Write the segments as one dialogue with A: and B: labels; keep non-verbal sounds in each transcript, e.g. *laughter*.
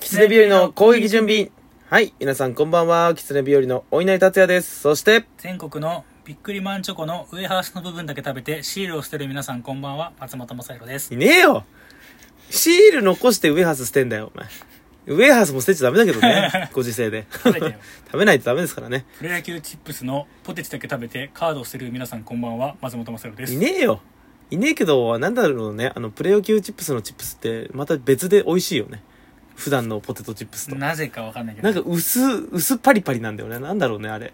A: 狐日和の攻撃準備。はい、皆さんこんばんは。狐日和のお稲荷達也です。そして、
B: 全国のびっくりマンチョコのウエハースの部分だけ食べてシールを捨てる皆さんこんばんは松本雅弘です
A: いねえよシール残してウェハース捨てんだよ、お前。ウェハースも捨てちゃダメだけど
B: *laughs*
A: ね。ご時世で。
B: 食べてよ
A: *laughs* 食べないとダメですからね。
B: プロ野球チップスのポテチだけ食べてカードを捨てる皆さんこんばんは松本雅弘で
A: い
B: す
A: ねえよ。いねえけど、なんだろうね。あの、プレオキューチップスのチップスって、また別で美味しいよね。普段のポテトチップスと。
B: なぜかわかんないけど
A: なんか薄、薄パリパリなんだよね。なんだろうね、あれ。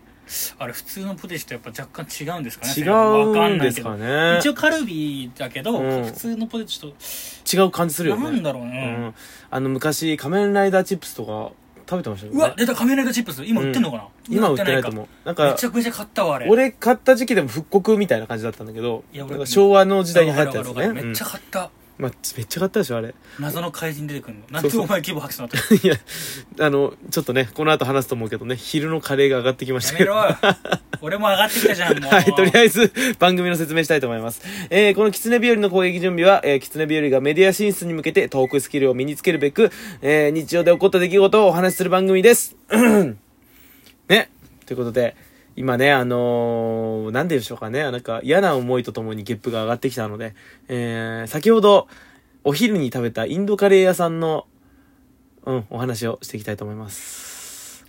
B: あれ普通のポテチとやっぱ若干違うんですかね
A: 違
B: わか
A: うんんで
B: ないけ
A: す
B: ど
A: かね。
B: 一応カルビだけど、
A: うん
B: 普通のポテチと
A: 違う感じするよね。
B: なんだろう
A: う
B: ね、
A: ん。あの、昔、仮面ライダーチップスとか食べてましたよ
B: う
A: ね。
B: わ出た仮面ライダーチップス今売ってんのかな、
A: 今売ってないと
B: う
A: 思う。なん
B: め
A: か
B: ち、ゃくちゃ買ったわあれ
A: 俺買った時期でも復刻みたいな感じだったんだけど、
B: いや
A: なん
B: 俺
A: か昭和の時代に流行ったやつ
B: わかる
A: ね。
B: わかるわかるめっちゃ
A: うん
B: 買った、
A: まあ、めっちゃ買ったでしょ、あれ。 *laughs*
B: 謎の怪人出てくるのな
A: そ
B: ん
A: う
B: で
A: そう
B: お前規模拍手なってる
A: いや、あの、ちょっとね、この後話すと思うけどね、昼のカレーが上がってきまし
B: や
A: た
B: め
A: け *laughs* ど。
B: ろよ俺も上がってきたじゃんもう、
A: はい、とりあえず、番組の説明したいと思います。えー、この狐日和の攻撃準備は、えー、狐日和がメディア進出に向けてトークスキルを身につけるべく、えー、日常で起こった出来事をお話しする番組です。 *clears throat* ね。ということで、今ね、あのー、なんででしょうかね、なんか嫌な思いとともにゲップが上がってきたので、えー、先ほど、お昼に食べたインドカレー屋さんの、うん、お話をしていきたいと思います。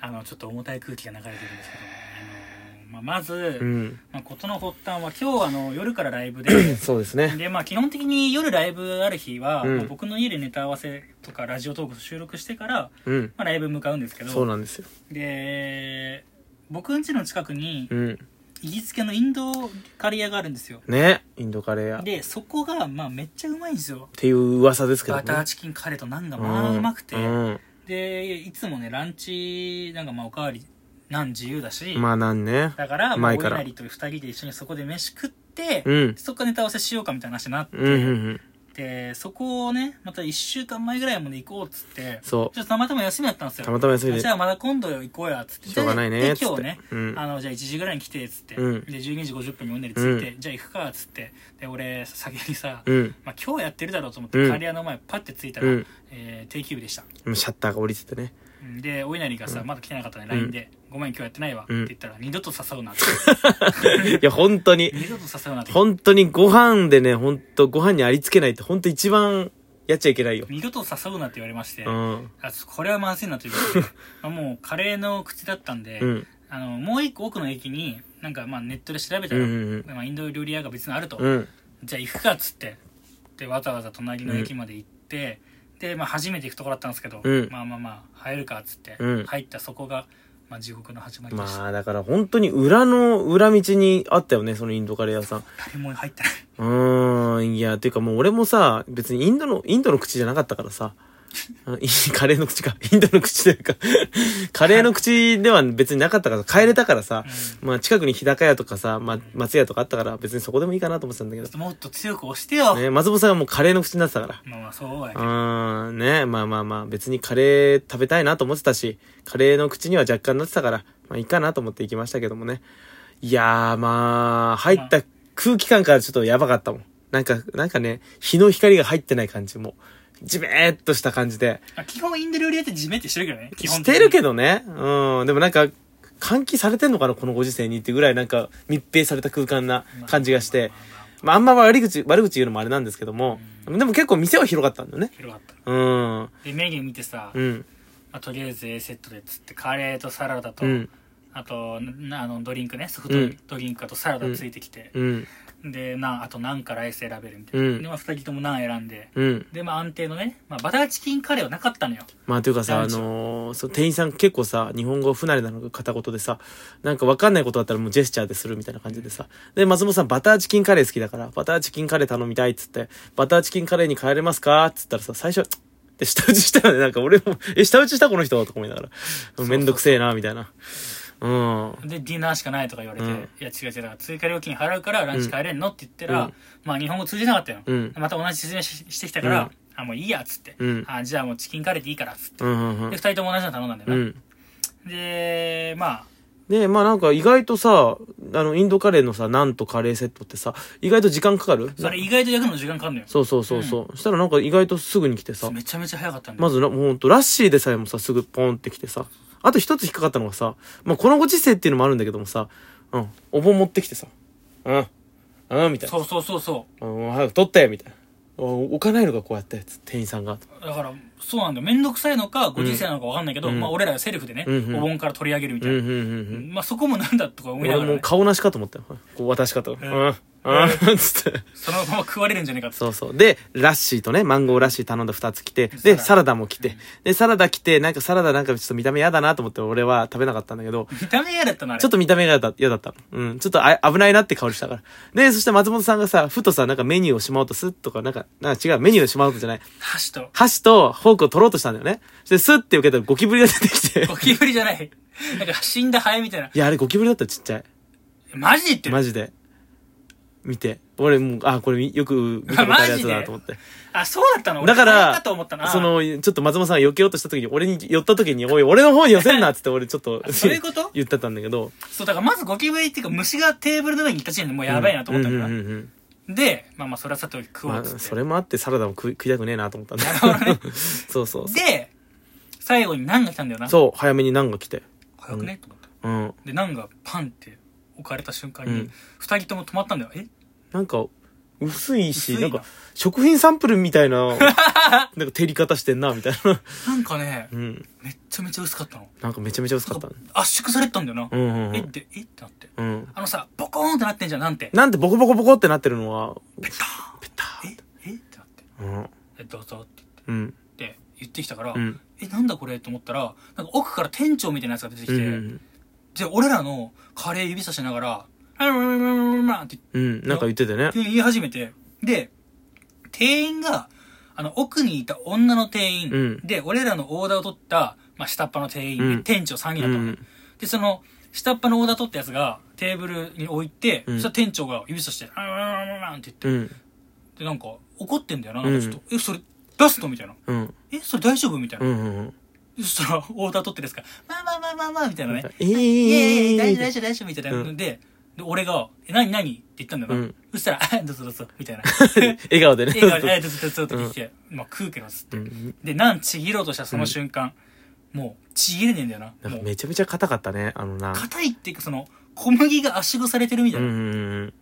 B: あのちょっと重たい空気が流れてるんですけど、あのまあ、まず、
A: うん。 *clears throat*
B: まあ、事の発端は今日あの夜からライ
A: *laughs*
B: ブで
A: そうですね。
B: で、まあ、基本的に夜ライブある日は、
A: うん
B: まあ僕の家でネタ合わせとかラジオトーク収録してから、
A: うん。
B: まあ、ライブ向かうんですけ
A: そう
B: ど
A: なんですよ。
B: で僕ん家の近くに
A: うん。
B: 行きつけのインドカレー屋があるんですよ
A: ね。インドカレー屋。
B: でそこが、まあ、めっちゃうまいんです
A: っ
B: よ
A: ていう噂ですけど
B: バ
A: ね。
B: ターチキンカレーとナンがまあうまくて、
A: うん
B: でいつもねランチなんかまあおかわりなん自由だし、
A: まあなんね。
B: だからまあ
A: 前
B: お
A: から
B: 稲荷と2人で一緒にそこで飯食って、
A: うん。
B: そこからネタ合わせしようかみたいな話になって、
A: うんうんうん。
B: でそこをねまた1週間前ぐらいまで行こうっつって
A: そう
B: ちょっとたまたま休みだったんですよ
A: たまたま休みで
B: じゃあまだ今度行こうやっつって
A: しょうがないね
B: で
A: っつって
B: 今日ね、
A: うん
B: あのじゃあ1時ぐらいに来てっつって、
A: うん
B: で12時50分におんでりついて、
A: う
B: じゃあ行くかっつってで俺先にさ、
A: うん。
B: まあ、今日やってるだろうと思っ
A: う
B: て
A: ん
B: カレー屋の前パッて着いたら、
A: うん
B: えー定休日でした
A: もうシャッターが降りててね。
B: うんでお稲荷がさ、まだ来てなかったね LINE で「ごめん今日やってないわ」って
A: うん
B: 言ったら「二度と誘
A: *laughs*
B: うな」って
A: いや、本当に。
B: 二度と誘うなって
A: 本当にご飯でね、本当ご飯にありつけないって本当一番やっちゃいけないよ。
B: 二度と誘うなって言われまして、
A: うん。
B: あちょこれはまずいなとい
A: *laughs*
B: うことでまあもうカレーの口だったんで、
A: うん。
B: あのもう一個奥の駅になんかまあネットで調べた
A: うん
B: ら、
A: うん
B: まあ、インド料理屋が別にあると、
A: うん。
B: じゃあ行くかっつってでわざわざ隣の駅まで行って、で、まあ、初めて行くとこだったんですけど、
A: うん
B: まあまあまあ入るかっつって、
A: うん
B: 入ったそこが、まあ、地獄の始まりでした、
A: まあ、だから本当に裏の、裏道にあったよね、そのインドカレー屋さん。
B: 誰も
A: *laughs*
B: 入ってない
A: うーん、いや、ていうかもう俺もさ、別にインドの、インドの口じゃなかったからさ、 *laughs* あいカレーの口か、インドの口というか、 *laughs* カレーの口では別になかったから、帰れたからさ、まあ近くに日高屋とかさ、まあ松屋とかあったから、別にそこでもいいかなと思ってたんだけど、
B: もっと強く押してよ、
A: ね、松本さんがもうカレーの口になってたから。
B: まあまあそうや
A: うーん、ね、まあまあまあ、別にカレー食べたいなと思ってたし、カレーの口には若干なってたから、まあいいかなと思って行きましたけどもね。いやーまあ、入った空気感からちょっとやばかったもん。なんか、なんかね、日の光が入ってない感じも、じめーっとした感じで。
B: あ基本インド料理屋って地面ってしてるけどね基
A: し
B: 本的に
A: てるけどね。うん、でもなんか、換気されてんのかなこのご時世にってぐらいなんか密閉された空間な感じがして。まああんま悪口、悪口言うのもあれなんですけども、でも結構店は広かったんだよね。
B: 広かった
A: うん。
B: でメニュー見てさ、
A: うん。
B: まあ、とりあえず A セットでっつってカレーとサラダと、
A: うん。
B: あとなあのドリンクねソフト
A: うん
B: ドリンクとサラダついてきて、
A: うん。
B: でなあと何から選べるみたいな、
A: うん
B: で、まあ、2人とも何選んで
A: うん。
B: でまあ安定のね、まあ、バターチキンカレーはなかったのよ
A: まあというかさ、あ
B: 男女
A: のーそう店員さん結構さ、日本語不慣れなのが片言でさ、なんかわかんないことだったらもうジェスチャーでするみたいな感じでさ。で、松本さんバターチキンカレー好きだから、バターチキンカレー頼みたいっつって、バターチキンカレーに変えれますかっつったらさ、最初、で、舌打ちしたよね。なんか俺も、 *laughs* え、舌打ちしたこの人とか思いながら。めんどくせえな、みたいな。うん。
B: でディナーしかないとか言われて、
A: うん
B: いや違う違う追加料金払うからランチ帰れんのって言ったら、
A: うん
B: まあ日本語通じなかったよ、
A: うん
B: また同じ説明ししてきたから、
A: うん
B: あもういいやっつって、
A: うん
B: あじゃあもうチキンカレーでいいからっつって、
A: うんうんうん
B: で2人とも同じの頼んだんだよ
A: う
B: な、
A: ん。
B: でまあ
A: で、まあなんか意外とさ、あの、インドカレーのさ、なんとカレーセットってさ、意外と時間かかる
B: それ意外と焼くの時間かかんのよ
A: そうそうそうそう。そしたらなんか意外とすぐに来てさ、
B: めちゃめちゃ早かったんだよ
A: まずな、もうほんと、ラッシーでさえもさ、すぐポンって来てさ、あと一つ引っかかったのがさ、まあこのご時世っていうのもあるんだけどもさ、うん、お盆持ってきてさ、うん、うん、みたいな。
B: そうそうそうそ
A: うん、早く取ってみたいな。お置かないのか、こうやって、つって店員さんが。
B: うだからそうなんだよ面倒くさいのかご時世なのか分かんないけど、まあ俺らがセルフでね、
A: うんうん
B: お盆から取り上げるみた
A: う
B: い
A: ん、
B: な、
A: うん、うん。
B: まあそこもなんだとか思いな
A: 俺
B: がら、
A: もう
B: ね、
A: 顔なしかと思ったよ。こう渡し方。うん、うん、つって。
B: そのまま食われるんじゃねえかって
A: そうそう。で、ラッシーとね、マンゴーラッシー頼んだ2つ来て、で、サラダも来て、で、サラダ来て、なんかサラダなんかちょっと見た目嫌だなと思って俺は食べなかったんだけど、
B: 見た目嫌だったなあれ
A: ちょっと見た目が嫌だ嫌だったの。うん。ちょっとあ危ないなって香りしたから。で、そして松本さんがさ、ふとさ、なんかメニューをしまおうとすっとか、なんか、なんか違う、メニューをしまおうとじゃない。
B: 箸と
A: 箸とフォークを取ろうとしたんだよね。で、スッて受けたらゴキブリが出てき
B: *laughs*
A: て。
B: ゴキブリじゃないなんか死んだハエみたいない
A: や、あれゴキブリだったちっちゃい。
B: マジで言ってる
A: マジで。見て。俺もう、あ、これみよく見たことあるやつだなと思
B: *laughs*
A: って。
B: あそうだったの
A: だか
B: 俺ハエ
A: ら
B: と思ったな、
A: その、ちょっと松本さんが避けようとした時に、俺に寄った時に、おい、俺の方に寄せんなっつって俺ちょっと
B: *laughs* あ、そういうこと
A: *laughs* 言ってたんだけど。
B: そうだからまずゴキブリっていうか虫がテーブルの上に立ち上がるのもうやばいなと思った
A: う
B: か
A: ん
B: ら、
A: うんうんうん。
B: でまあまあそれはさておき食お
A: ま
B: う
A: あ、
B: っつって、
A: それもあってサラダも食い食いたくねえなと思ったんだ
B: なるほど
A: *laughs* そうそうそ
B: で最後にナンが来たんだよな
A: う。そう、早めにナンが来て。
B: 早くねと思った
A: うん。
B: でナンがパンって置かれた瞬間
A: う
B: に
A: ん
B: 二人とも止まったんだよえ
A: なんか、薄いし、
B: 薄い
A: な
B: なん
A: か、食品サンプルみたいな、 *laughs* なんか照り方してんな、みたいな。 *laughs*
B: なんかね
A: うん。
B: めっちゃめちゃ薄かったの
A: なんかめちゃめちゃ薄かった
B: なん
A: ね
B: か。圧縮されてたんだよな、
A: うんうんう
B: えっ
A: ん。
B: てえってなって
A: うん。
B: あのさボコーンってなってんじゃんなんて
A: なんでボコボコボコってなってるのは、
B: ペターン
A: ペターン
B: ええってなって
A: うん。
B: えどうぞって
A: うん。
B: 言って言ってきたから、
A: うん
B: えなんだこれと思ったらなんか奥から店長みたいなやつが出てき
A: う
B: て、
A: ん。
B: で俺らのカレー指さしながら「あららららららって
A: うん。なんか言ってたよね。
B: 言い始めてで店員があの奥にいた女の店員、
A: うん
B: で俺らのオーダーを取った、まあ、下っ端の店員、
A: う
B: で
A: ん
B: 店長3人
A: う
B: だったの、
A: ん。
B: でその下っ端のオーダー取ったやつがテーブルに置いて、
A: うん
B: そしたら店長が指さして「あららららららって言って、
A: うん。
B: でなんか怒ってんだよななんかちょっと「えそれ出すの?」みたいな
A: うん。
B: 「えそれ大丈夫?」みたいな
A: う、ん
B: *laughs*
A: うん。
B: そしたらオーダー取ってですから「まあまあまあまあまあ」みたいなね
A: え
B: いやい
A: え
B: やいや、
A: ー
B: 大丈夫大丈夫、大丈夫、みたいな。で、で俺が、え、何何って言ったんだよな。
A: うん
B: そしたら、あどうぞどうぞ、みたいな。
A: 笑顔でね。
B: 笑
A: *laughs*
B: 顔で、あどうぞどうぞって聞いて、まあ食うけど、つって。
A: うん
B: で、なんちぎろうとしたその瞬間、もう、ちぎれねえんだよな。
A: なん
B: も
A: か
B: う、
A: めちゃめちゃ硬かったね、あのな。
B: 硬いっていうか、その、小麦が圧縮されてるみた
A: う
B: い
A: んう
B: な。
A: んうん。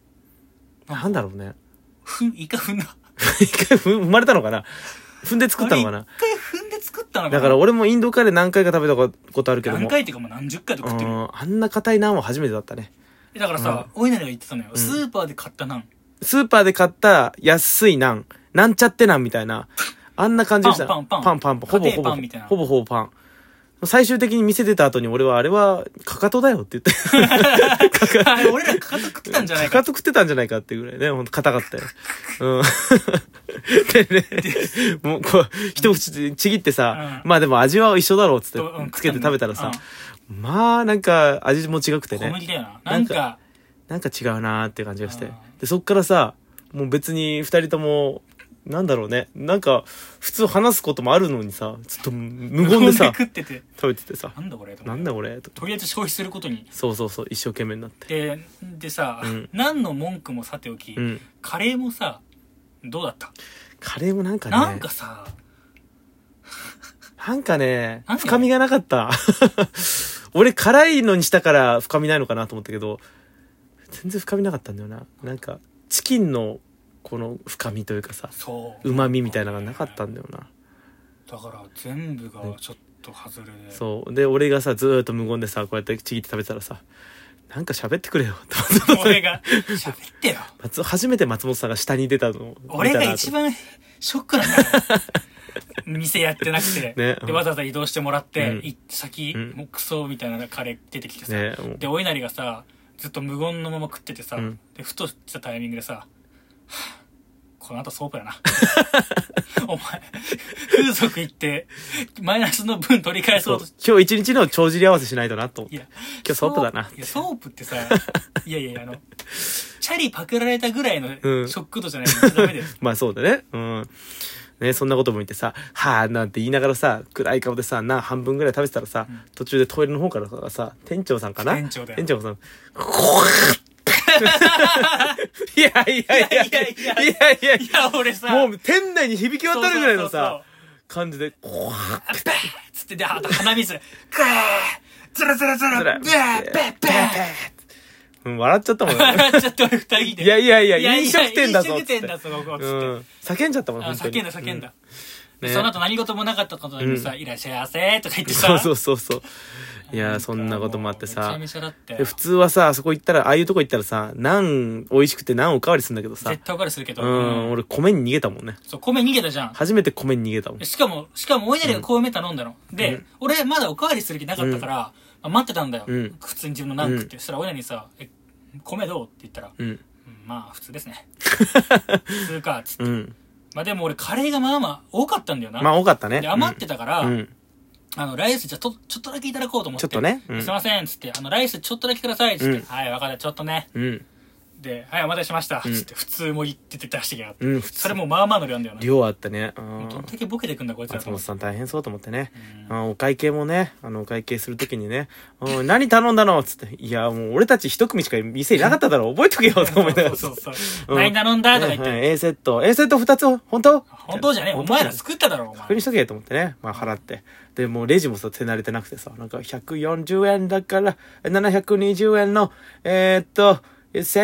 A: なんだろうね。 *laughs*
B: ふん、一回踏んだ。
A: 一回踏まれたのかな踏んで作ったのかな
B: あれ一回踏んで作ったのか
A: だ
B: な
A: から俺もインドカレー何回か食べたことあるけども。
B: 何回っていうか、もう何十回とか食って
A: う
B: る。
A: んあんな硬いナンは初めてだったね。
B: えだからさ、お稲荷が言ってたのよ。スーパーで買ったナン。
A: スーパーで買った安いナン、なんちゃってナンみたいな、あんな感じでした。
B: パンパン
A: パ
B: パ
A: ン
B: ン
A: パンパン。ほぼ
B: 家
A: ほ
B: 庭
A: ぼ。
B: パンみたいな
A: ほぼほぼパン。最終的に店出た後に俺はあれは、かかとだよって言って。
B: あれ *laughs* 俺らかかと食ってたんじゃない
A: か
B: か
A: かと食ってたんじゃないかっていうぐらいね、ほんと硬かったよ。うん。 *laughs* でね、もうこう、一口でちぎってさ、
B: うん
A: まあでも味は一緒だろうっつって
B: とうん、
A: つけて食べたらさ
B: 食っ、
A: まあなんか味も違くて
B: 小
A: ね、
B: 麦だよな。なんか、
A: なんか違うなーっていう感じがして
B: あ。
A: で、そっからさ、もう別に二人とも、なんだろうね、なんか普通話すこともあるのにさ、ちょっと無言でさ、
B: 食ってて。
A: 食べててさ
B: な、んだこれと思
A: な
B: って
A: んだこれと
B: とりあえず消費することに
A: そうそうそう、一生懸命になって。
B: ででさ、
A: うん
B: 何の文句もさておき、
A: うん。
B: カレーもさどうだった、
A: カレーもなんかね、
B: なんかさ
A: なんかね
B: なん、で
A: 深みがなかった。 *laughs* 俺、辛いのにしたから深みないのかなと思ったけど、全然深みなかったんだよな。なんか、チキンの、この深みというかさ、
B: そう
A: 旨味みたいなのがなかったんだよな。
B: だから全部がちょっと外れで、
A: そう。で、俺がさ、ずーっと無言でさ、こうやってちぎって食べてたらさ、なんか喋ってくれよ、と思って
B: 俺が喋っ
A: *laughs*
B: てよ
A: 松初めて松本さんが下に出たの。
B: 俺
A: 見た
B: が
A: な
B: 一
A: と。
B: 番ショックなんだ
A: *laughs*
B: よ店やってなくて、
A: ねうん
B: でわざわざ移動してもらって、
A: うん
B: 行った先、
A: うん
B: もうクソみたいなカレー出てきてさ、
A: ねもう
B: でお稲荷がさずっと無言のまま食っててさ、
A: うん
B: でふとしたタイミングでさはぁこの後ソープやな *laughs* お前風俗行ってマイナスの分取り返そ
A: そうう
B: とし
A: 今日一日の帳尻合わせしないとなと思って。
B: いや
A: 今日ソープだな。
B: いやソープってさ *laughs* いやいやあのチャリパクられたぐらいのシ
A: う
B: ョ
A: ん *laughs*
B: ック度じゃないとダメだよ、
A: まあそうだね。うん。ね、そんなことも見てさ、はぁなんて言いながらさ、暗い顔でさ、な、半分ぐらい食べてたらさ、途中でトイレの方からさ、店長さんかな
B: 店長だよ
A: 店長さん、いやいやいやいやいやいやい
B: いや、俺さ、
A: や、もう店内に響き渡るぐらいの
B: そうそうそうそう
A: さ、感じで、こわ
B: あバーッつって、で、あと鼻水、グーズラズラズラ、
A: ず
B: バ
A: ら
B: ーッバーッバーッ
A: うん笑っちゃったもんね。
B: 笑っちゃって俺二人で。
A: いやいやいや飲食店だぞ
B: 飲食店だぞ、ここ。つ
A: う
B: って。
A: ん。叫んじゃったもん、
B: あ
A: 本当に
B: 叫んだ叫んだ。
A: うん
B: で
A: ね
B: その後何事もなかったことにさ、いらっしゃいませとか言ってさ。
A: そうそうそうそう。いやー、そんなこともあって
B: めち
A: さ
B: ゃ。めちゃだって。
A: で普通はさ、あそこ行ったら、ああいうとこ行ったらさ、何美味しくて何おかわりするんだけどさ
B: 絶。対おかわりするけど。
A: う
B: うん
A: ん、俺米に逃げたもんね。
B: そう、米逃げたじゃん。
A: 初めて米に逃げたもん。
B: しかも、しかも、おいなりが米頼んだの。で、俺、まだおかわりする気なかったから、まあ待ってたんだよ。
A: うん
B: 普通に自分のナン食って。そしたら、おいなりにさ、え、米どうって言ったら、
A: うん。
B: うんまあ、普通ですね。普通か、つって。
A: うん。
B: まあ、でも俺、カレーがまあまあ多かったんだよな。
A: まあ多かったね。
B: で、余ってたから、
A: うん。うん
B: あの、ライスじゃと、ちょっとだけいただこうと思って。
A: ちょっとねうん
B: すいません、つって、あの、ライスちょっとだけください、つって。
A: うん
B: はい、わかった、ちょっとね。
A: うん。
B: で、はい、お待たせしました、つって、普通も言ってて出してきやがって。
A: うん普通
B: それもまあまあの量なんだよな。
A: 量あったね。う
B: どん
A: ん。
B: だけボケてくんだ、こいつら
A: 松。本さん大変そうと思ってね。あお会計もね、あの、お会計するときにね、うん何頼んだのつって。いや、もう俺たち一組しか店いなかっただろ。覚えとけよ、 *laughs* と思いながら。
B: そうそうそ
A: う
B: う。
A: ん
B: 何頼んだとか言っ
A: はい
B: て。
A: はい A セット。A セット2つ本当
B: 本当じゃねえ。お前ら作っただろ、お
A: 確
B: 前。
A: 認しとけと思ってね。まあ払って。で、もうレジもさ、手慣れてなくてさ、なんか140円だから、720円の、えーっと、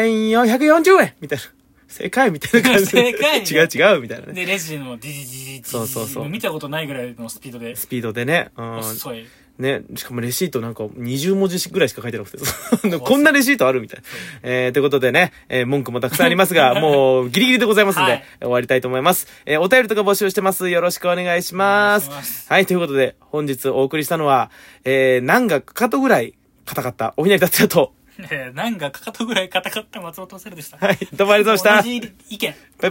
A: 1440円みたいな。正解みたいな感じで。
B: 正解
A: *laughs* 違う違うみたいなね。
B: で、レジのディジディジディジ
A: そうそうそう
B: も見たことないぐらいのスピードで。
A: スピードでね。うん。
B: 遅い。
A: ね、しかもレシートなんか20文字ぐらいしか書いてなく
B: *laughs*
A: て、こんなレシートあるみたいな。えー、ということでね、えー文句もたくさんありますが、もうギリギリでございますんで、
B: はい
A: 終わりたいと思います。えーお便りとか募集してます。よろしくお願いします。
B: お願いします
A: はい、ということで、本日お送りしたのは、えー、なんかかとぐらい硬かった、おひなり達也と、
B: ねえなんかかかとぐらい硬かった松本セルでした。
A: はい、どうもありがとうございました。
B: 同じ意見。
A: バイバイ。